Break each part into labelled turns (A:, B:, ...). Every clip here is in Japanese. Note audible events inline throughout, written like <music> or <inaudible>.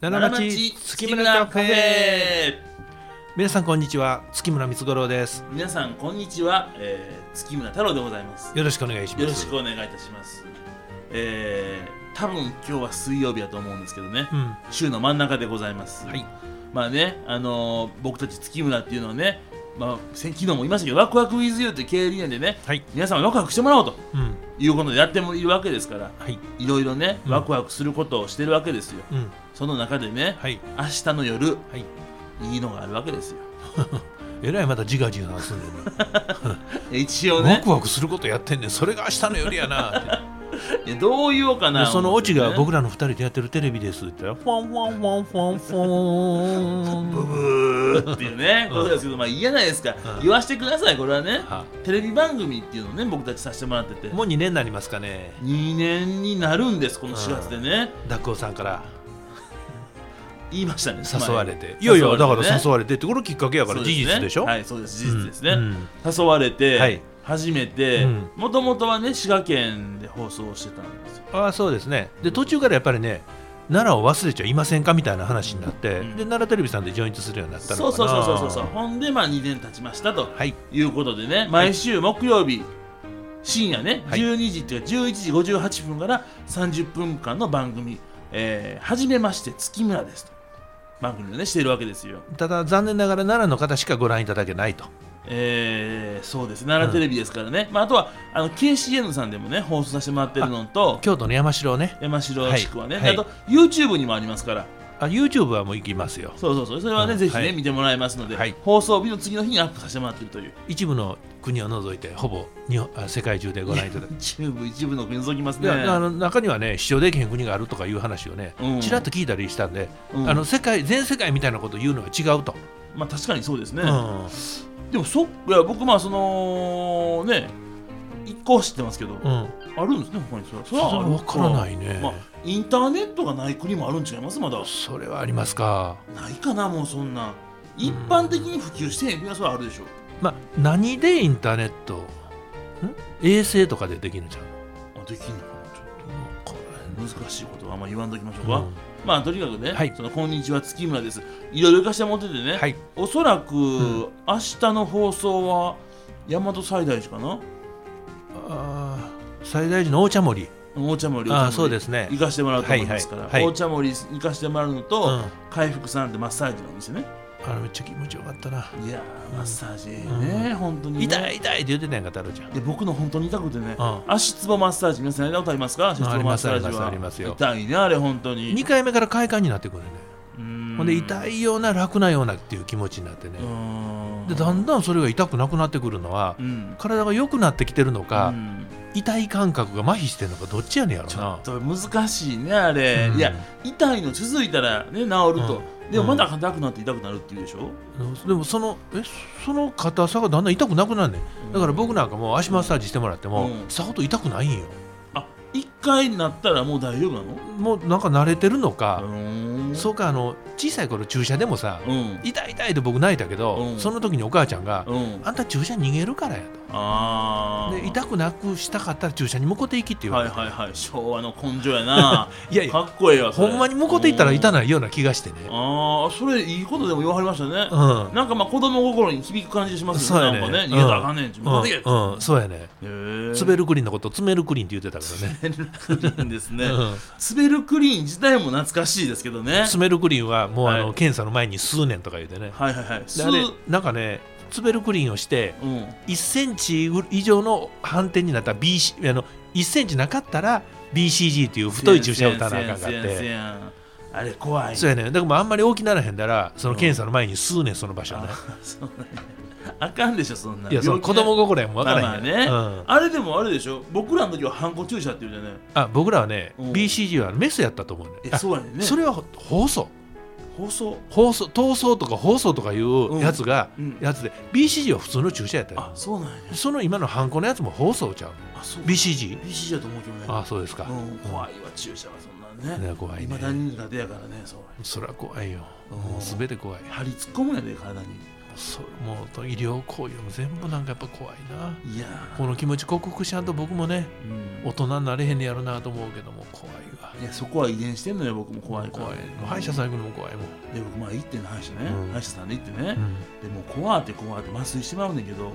A: 奈良町月村カフェ皆さんこんにちは月村光五郎です
B: 皆さんこんにちは、えー、月村太郎でございますよ
A: よろしくお願いします
B: ろしくお願いいたしますえー、多分今日は水曜日だと思うんですけどね、
A: うん
B: 週の真ん中でございます、
A: はい
B: まあねあのー僕たち月村っていうのはねまあ先昨日も言いましたけどワクワクウィズユーって経営理念でね
A: はい
B: 皆さんワクワクしてもらおうと
A: うん
B: いうことでやってもいるわけですから
A: はい
B: いろいろね
A: うん
B: ワクワクすることをしてるわけですよ、
A: うん
B: その中でね、
A: はい
B: 明日の夜
A: はい
B: いいのがあるわけですよ
A: えらいまた自画自賛すんねんな
B: 一応
A: ワ
B: <laughs> ね
A: クワクすることやってんねんそれが明日の夜や
B: <laughs>
A: なっ
B: いやどう言おうか
A: てで
B: な
A: そのオチが
B: 思ってね
A: 僕らの二人でやってるテレビですって言ったらファンファンファンファンフ
B: ブ
A: ァン
B: <laughs> ブーっていうね、
A: うん
B: ことですけど、まあ、言えないですか、
A: うん
B: 言わしてください、これはね、
A: は
B: テレビ番組っていうのをね、僕たちさせてもらってて、
A: もう2年になりますかね
B: 2年になるんです、この4月でね、
A: ダックオさんから
B: 言いましたね、
A: 誘われて
B: 前
A: いやいやだから誘
B: わ
A: われてってこれきっかけや
B: れ
A: か
B: て
A: ら
B: ね
A: 事実でしょ
B: そうねはい、そうで
A: う
B: す、事
A: ん
B: 実ですね。
A: うん
B: 誘われて、
A: はい
B: 初めて
A: うん、
B: もともとはね、滋賀県で放送してたんですよ。
A: ああそうですねで途中からやっぱりね奈良を忘れちゃいませんかみたいな話になって、
B: うん
A: で奈良テレビさんでジョイントするようになった
B: そ
A: の
B: う
A: かな
B: そうそうそうそう、ほんで、まあ、2年経ちましたと。
A: はい
B: いうことでね、毎週木曜日、深夜ね、
A: はい
B: 12時っていうか11時58分から30分間の番組、えー、はじめまして月村ですと。番組をね、しているわけですよ。
A: ただ残念ながら奈良の方しかご覧いただけないと
B: えー、そうです、奈良テレビですからね。まあ、あとは、あの、KCN さんでもね、放送させてもらってるのと、
A: 京都の山城ね
B: 山城地区はね、
A: はいはい
B: あと YouTube にもありますから、
A: あ YouTube はもう行きますよ
B: そうそうそう、それはね、
A: うん
B: ぜひね、
A: はい
B: 見てもらえますので、
A: はい
B: 放送日の次の日にアップさせてもらってるという、
A: 一部の国を除いてほぼ日本あ世界中でご覧いた
B: <laughs>
A: だく
B: YouTube 一部の国覗きます
A: い
B: ね。
A: やあの中にはね視聴できへん国があるとかいう話をね、
B: うん
A: ちらっと聞いたりしたんで、
B: うん
A: あの世界全世界みたいなことを言うのは違うと、
B: まあ、確かにそうですね。
A: うん
B: でもそっいや僕まあそのね一個は知ってますけど、
A: う
B: あ
A: ん、
B: るんですね他にそれは、
A: それは分からないいね、
B: まあ、インターネットがない国もあるん違いますまだ
A: それはありますか
B: ないかなもうそんな一般的に普及してへん国はそれはあるでしょ
A: まあ、何でインターネットん衛星とかでできるんちゃう
B: あできんのかなち
A: の
B: ょ
A: こ
B: っと難しいことはあんま言わんときましょう
A: れ
B: か、まあとにかくね、
A: はい
B: そのこんにちは月村ですいろいろ行かしてもらっててね、
A: はい
B: おそらく、
A: ん
B: 明日の放送は大和西大寺かな
A: あー最大寺の大茶森
B: 大茶森
A: ああそうですすね
B: 行かしてもらうと思いますから、
A: はいはいはい
B: 大茶森行かしてもらうのと、
A: うんあ
B: 回復さんってマッサージのお店ね
A: れめっちゃ気持ちよかったない
B: やーマッサージね、
A: うん
B: 本当にね、
A: 痛い痛いって言ってたやんか太郎ちゃん
B: で僕の本当に痛くてね、
A: うん
B: 足つぼマッサージ皆さんやったことありますか足つぼマッサージは
A: ありますあります
B: 痛いねあれ本当に
A: 2回目から快感になってくるねほんで痛
B: い
A: いような楽なようなっていう気持ちになってねでだんだんそれが痛くなくなってくるのは
B: うん
A: 体が良くなってきてるのか、
B: うん
A: 痛い感覚が麻痺してるのかどっちやねんやろ
B: ちょ
A: な
B: っと難しいねあれ、
A: うん
B: いや痛いの続いたらね治ると、
A: うん
B: でもまだ硬くなって痛くなるっていうでしょ、
A: でもそのえその硬さがだんだん痛くなくなるねんだから僕なんかもう足マッサージしてもらっても、
B: うん
A: さほど痛くないんよ
B: あ一回なったらもう大丈夫なの
A: もうなんか慣れてるのか、
B: うん
A: そうかあの小さい頃注射でもさ、
B: うん
A: 痛い痛いって僕泣いたけど、
B: うん
A: その時にお母ちゃんが、
B: うん
A: あんた注射逃げるからや
B: あ
A: と
B: あ
A: で痛くなくしたかったら注射に向こうていきって言わ
B: はい
A: れて、
B: はいはい昭和の根性やな
A: <laughs> い、やいや
B: かっこええわそれ
A: ほんまに向こうていったら痛
B: い
A: ないような気がしてね
B: ああそれいいことでも言わはりましたね
A: う、ん、
B: なんかまあ子供心に響く感じします
A: そう
B: よ
A: や
B: ね
A: ね
B: なんかね
A: う
B: 逃
A: ん
B: げたらあかんねんちゅう
A: うん
B: また逃げ
A: うんそうやね
B: へ
A: 滑るクリーンのこと爪るクリーンって言ってたからね
B: え滑るクリーンですね、
A: うん
B: 滑るクリーン自体も懐かしいですけどね
A: 爪るクリーンはもうあの、
B: はい
A: 検査の前に数年とか言うてね
B: はいはいはい
A: で
B: す
A: あれなんかねツベルクリーンをして
B: うん
A: 1センチ以上の反転になったら BC あの1センチなかったら BCG っていう太い注射を打たなあかんかっ
B: せやんせ
A: て
B: やんあれ怖い
A: そうやねだからもうあんまり大きならへんだらその
B: うん
A: 検査の前に数年その場所ね、
B: あそうなんやあかんでしょそんない
A: やその子供心やもん分からへん、
B: まあまあね
A: うん
B: あれでもあれでしょ僕らの時はハンコ注射っていうじゃない
A: あ僕らはね、
B: うん
A: BCG はメスやったと思うね
B: え
A: あ
B: そうやねんね
A: それは放送
B: 放送
A: 放送闘争とか放送とかいうやつが、
B: うんうん
A: やつで BCG は普通の注射やったよ
B: あそうなんや
A: その今のハンコのやつも放送ちゃう
B: あそう
A: BCG?
B: BCG だと思うけどね
A: あそうですか、
B: うん、怖いわ注射はそんなんね
A: ね怖い
B: 今
A: ね
B: だに苦手やからねそう
A: それは怖いよ
B: うん
A: もう全て怖い
B: 針突っ込むんやで体に
A: そもう医療行為も全部なんかやっぱ怖いない
B: やー
A: この気持ち克服しやんと僕もね
B: うん
A: 大人になれへんねやろなと思うけども怖いわ
B: いやそこは遺伝してんのよ僕も怖いから
A: 怖いもう歯医者さん行くのも怖いもん、
B: で僕まあ行ってね歯医者ね、
A: うん
B: 歯医者さんで行ってね、
A: うん
B: でもう怖って怖って麻酔してまうねんけど、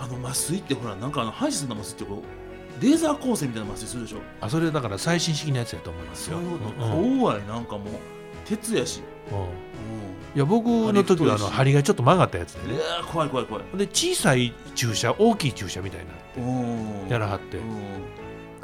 B: あの麻酔ってほらなんかあの歯医者さんの麻酔ってこうレーザー光線みたいな麻酔するでしょ
A: あそれだから最新式のやつやと思います
B: そ
A: よ
B: ういうこと、
A: うんうん
B: 怖いなんかもう鉄やし、
A: い
B: うん
A: や僕の時はあの針がちょっと曲がったやつで
B: い
A: ね
B: やー怖い怖い怖い
A: で小さい注射大きい注射みたいな
B: うん
A: やらはって
B: う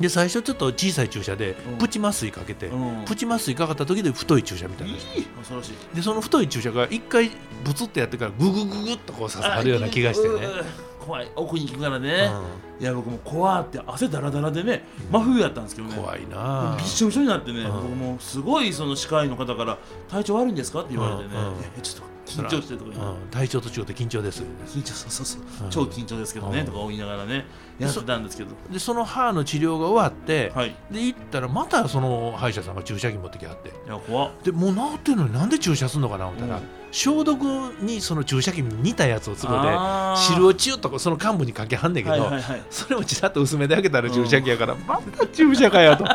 A: で最初ちょっと小さい注射で
B: うん
A: プチ麻酔かけて
B: んうん
A: プチ麻酔かかった時で太い注射みたい
B: い
A: ない
B: 恐ろしい
A: でその太い注射が一回ブツってやってからググググッとこう刺さるような気がしてね
B: あいいうん怖い奥に行くから
A: う
B: ね、
A: ん
B: いや僕も怖って汗だらだらでね
A: うん
B: 真冬やったんですけどね
A: 怖いなあ
B: びっしょびしょになってね、
A: うん
B: 僕もすごいその歯科医の方から「体調悪いんですか?」って言われてね、
A: うんうん
B: えちょっと緊張してるとか言って、
A: うん体調と違って緊張です
B: 緊張そうそうそう、
A: うん
B: 超緊張ですけどね、
A: うん
B: とか言いながらねやってたんですけど
A: でその歯の治療が終わって
B: はいい
A: で行ったらまたその歯医者さんが注射器持ってきはって
B: や怖っ
A: でもう治ってるのになんで注射すんのかな思ったら、
B: うん
A: 消毒にその注射器に似たやつをつこで
B: あー
A: 汁をチュッとこうその幹部にかけはんねんけど、
B: はいはいはい
A: それもちらっと薄めで開けたら注射器やから、また注射かよ
B: <laughs>
A: と、
B: 来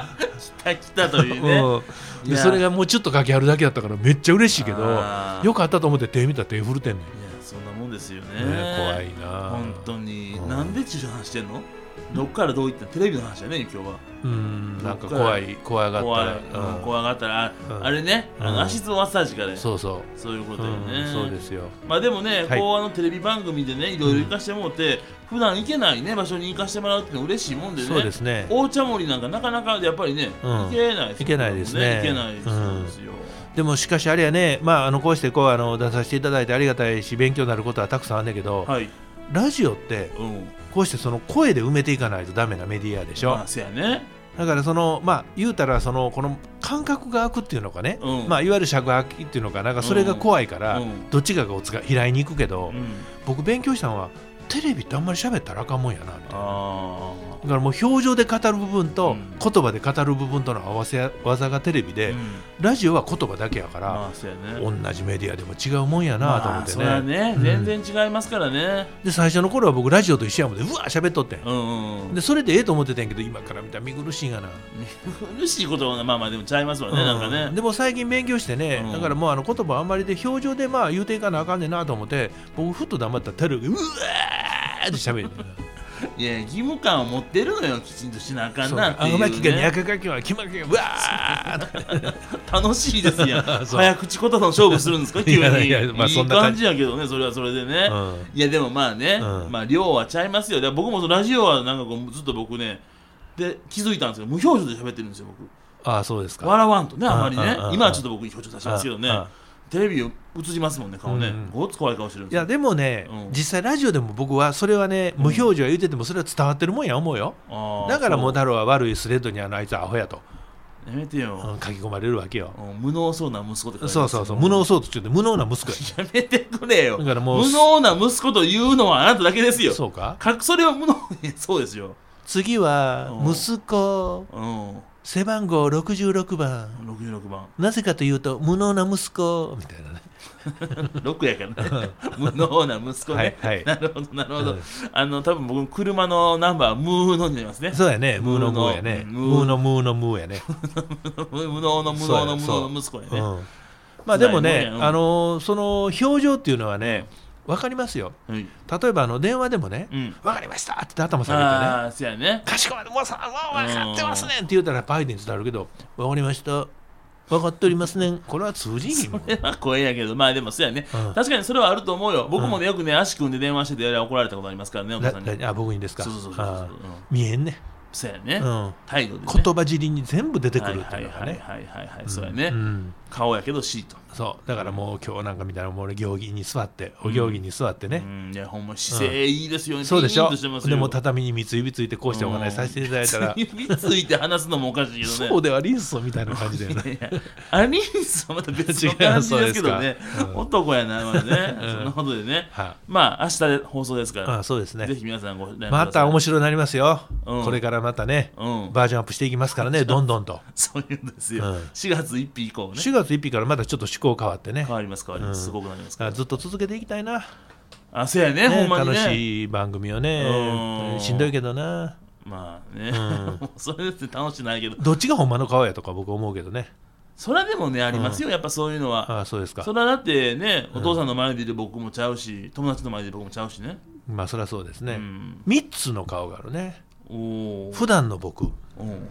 B: た来たというね、
A: うん、
B: い
A: で
B: や
A: それがもうちょっとかけはるだけだったからめっちゃ嬉しいけど
B: あー
A: よかったと思って手見たら手振るてんねん、ね
B: いやそんなもんですよね
A: 怖いな
B: 本当に、
A: うん
B: なんで注射話してんのどっからどういったテレビの話だね今日は
A: うんなんか怖い怖が
B: 怖い、
A: ったら
B: うん怖がったらあ,、
A: うん
B: あれねあ
A: うん
B: の足つぼマッサージから
A: うん
B: ねそう
A: そうそう
B: いうことだよね、
A: うん、そうですよ
B: まあでもね、
A: はい
B: こうあのテレビ番組でねいろいろ行かしてもらって、普段行けないね場所に行かしてもらうっていうのは嬉しいもんでね
A: そうですね
B: 大茶盛りなんかなかなかやっぱりね、
A: うん
B: 行けないです
A: 行けないですね
B: 行けないですよ、
A: でもしかしあれやね、まあ、あのこうしてこうあの出させていただいてありがたいし勉強になることはたくさんあるんだけど、
B: はい
A: ラジオって
B: うん
A: こうしてその声で埋めていかないとダメなメディアでしょ、
B: まあせやね
A: だからそのまあ言うたらそのこの感覚が空くっていうのかね、
B: うん
A: まあ、いわゆる尺空きっていうのかなんかそれが怖いから、
B: うん
A: どっちかがおつが開いに行くけど、
B: うん
A: 僕勉強したのはテレビってあんまり喋ったらあかんもんやなみたいな
B: あ
A: だからもう表情で語る部分
B: う
A: と
B: ん
A: 言葉で語る部分との合わせ技がテレビ
B: あ、
A: で、
B: うん
A: ラジオは言葉だけやから、
B: まあせやね
A: 同じメディアでも違うもんやなと思ってね,、
B: まあ、それはね、
A: うん
B: 全然違いますからね
A: で最初の頃は僕ラジオと一緒やもんでうわ喋っとってん、
B: うんうんうん
A: でそれでええと思ってたんやけど今から見たら見苦しいがな,、
B: 苦しいことはまあまあでもちゃいますわね、なんか
A: うん
B: ね
A: でも最近勉強してね、
B: うん
A: だからもうあの言葉あんまりで表情でまあ言うていかなあかんねんなと思って僕ふっと黙ったらテレビうわーって喋る
B: いや義務感を持ってるのよきちんとしなあかん
A: そう
B: なってい
A: あ
B: う、ね、
A: うまきがにやかかきはきまきがうわーって
B: 楽しいですやん
A: そう
B: <laughs> 早口言葉の勝負するんですか急に
A: <laughs> いやいやまあそんな感
B: いい感じやけどねそれはそれでね、
A: うん
B: いやでもまあね、
A: うん
B: まあ量はちゃいますよで僕もそのラジオはなんかこうずっと僕ねで気づいたんですけど無表情で喋ってるんですよ僕
A: ああそうですか
B: 笑わんとねあまりね
A: うんうんうん
B: 今はちょっと僕表情出しますけどね
A: うんうん
B: テレビ映りますもんね顔ね、
A: うんうん
B: ごっつ怖い顔してるん
A: い
B: ですよ
A: やでもね、
B: うん
A: 実際ラジオでも僕はそれはね無表情は言うててもそれは伝わってるもんや思うよ、
B: あー
A: だからもう
B: そ
A: 太郎は悪いスレッドにあのあいつアホやと、
B: うやめて
A: う
B: よ、
A: ん書き込まれるわけよ、
B: もう無能そうな息子って書いてます
A: そうそうそう無能そうと言って無能な息子や
B: やめてくれよ
A: だからもう
B: 無能な息子というのはあなただけですよ
A: そうか
B: かそれは無能いやそうですよ
A: 次は
B: うん
A: 息子
B: うん
A: 背番号66番
B: 66番
A: なぜかというと無能な息子みたいなね
B: 6
A: <laughs>
B: やからね無能な息子ね、
A: はいはい
B: なるほどなるほど、
A: うん
B: あの多分僕の車のナンバーは無能になり
A: <laughs>
B: ますね
A: そうやね
B: 無
A: 無
B: 能
A: の無やね
B: うん
A: 無の無の無やね、
B: 無能の無能の無
A: そうや
B: 能の息子や
A: う
B: ね、
A: ん、まあでもね、
B: 辛いもんやうん
A: あのーその表情っていうのはね分かりますよ
B: はい
A: 例えばあの電話でもね、
B: うん
A: 分かりましたって言って頭下げてね
B: ああそうやね
A: かしこまりもうさもう分かってますねんって言うたらバイデン伝わるけど分かりました分かっておりますねんこれは通じひんもん
B: それは声やけどまあでもそうやね、
A: うん
B: 確かにそれはあると思うよ僕もねよくね足組んで電話してて怒られたことありますからねお母さんに
A: だあ僕にですか
B: そうそうそうそう
A: あー
B: うん
A: 見えんね、
B: そうやね、
A: うん、
B: 態度で、ね、
A: 言葉尻に全部出てくるっていうのが
B: はい
A: ね
B: はいはいはいはいはい、そうやね、
A: うん
B: 顔やけど C と、
A: そうだからもう今日なんかみたいなもう俺行儀に座ってお行儀に座って
B: う
A: ね、
B: んいやほんま姿勢いいですよね、
A: そうでしょ
B: ピーンとてますよ
A: でも畳に三つ指ついてこうしてお話しさせていただいたら、
B: 指つ <laughs> いて話すのもおかしいけどね
A: そうではリンスみたいな感じだよね
B: <laughs> いやいやアリースはまた別の感じですけど
A: 違うそ
B: ね
A: うですか、うん
B: 男やなまだね、
A: うん
B: そんなことでね
A: は
B: まあ明日で放送ですか
A: あ
B: ら、
A: あそうですね
B: ぜひ皆さんご覧ください
A: また面白くなりますよ、
B: うん
A: これからまたね、
B: うん
A: バージョンアップしていきますからね、どんどんと。
B: <laughs> そういうんですよ、
A: うん
B: 4月1日以降ね
A: 4月1日からまたちょっと趣向変わってね、
B: 変わります変わります、
A: うん
B: すごくなりますか
A: あ
B: ら
A: ずっと続けていきたいな。
B: あそうやねほんまに
A: 楽
B: ね
A: しい番組よね
B: うん
A: しんどいけどな
B: まあね、 <laughs>
A: う
B: それって楽しないけど
A: どっちがほんまの顔やとか僕思うけどね
B: それでもねありますよ、やっぱそういうのは
A: ああそうですか
B: それはだってね
A: う
B: お
A: ん
B: 父さんの前でいる僕もちゃうし友達の前で僕もちゃうしね
A: まあそりゃそうです
B: う
A: ね、
B: ん、
A: 三3つの顔があるね
B: おお
A: 普段の僕
B: うん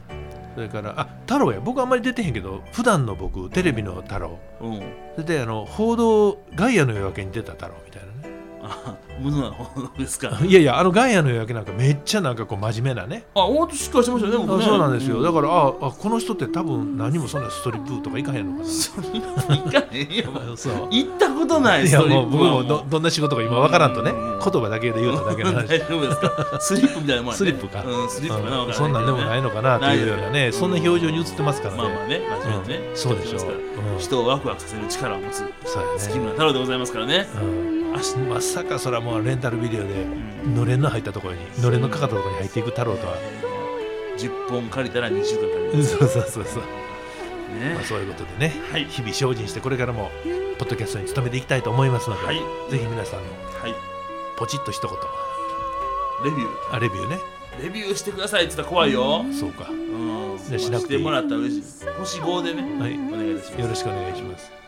A: それからあ太郎や僕あんまり出てへんけど普段の僕テレビの太郎
B: うん
A: それであの報道ガイアの夜明けに出た太郎みたいなね
B: あ無駄な方ですか
A: あ <laughs> いやいやあのガイアの夜明けなんかめっちゃなんかこう真面目なね
B: あ大としっかりしてましたよね
A: あ
B: 僕ね
A: そうなんですよだ
B: か
A: からああこの人って多分何もそんなストリップとかいかへんのか
B: 行かへんよ
A: な <laughs> そう
B: 行ったことない
A: い
B: ス
A: や
B: トリ
A: もう
B: ップ
A: 僕
B: は
A: もどどんな仕事か今わからんとね
B: うんうんうん
A: 言葉だけで言うただけの話
B: 大丈夫で
A: <laughs>
B: すかスリップみたいなもんやね
A: スリップか
B: <laughs> うんスリップかなわ
A: う
B: か
A: ん
B: ら
A: そんなんでも
B: けどね
A: ないのかなというような
B: ない
A: ね
B: です
A: そ
B: よ
A: んな表情に映ってますから
B: まあまあ
A: ね
B: ね真面目にね
A: うんそうでしょう
B: 人ですから
A: うん
B: 人をワクワクさせる力を持つ
A: そうや
B: 月
A: ね
B: 村太郎でございますからね
A: うんあしまさかそれはもうレンタルビデオで
B: ん
A: のれんの入ったところにのれんのかかったところに入っていく太郎とは
B: 10本借りたら20分借り
A: そう
B: る
A: そうそうそう、
B: ね
A: まあ、そういうことでね
B: はい
A: 日々精進してこれからもポッドキャストに努めていきたいと思いますので、
B: はい
A: ぜひ皆さんの
B: はい
A: ポチッと一言
B: レビュ
A: あレビューね
B: ーレビューしてくださいって言ったら怖いよ
A: そうか、
B: うん
A: ねしなくていい
B: まあしてもらったら嬉しい星5でね
A: はい、
B: お願いいたします
A: よろしくお願いします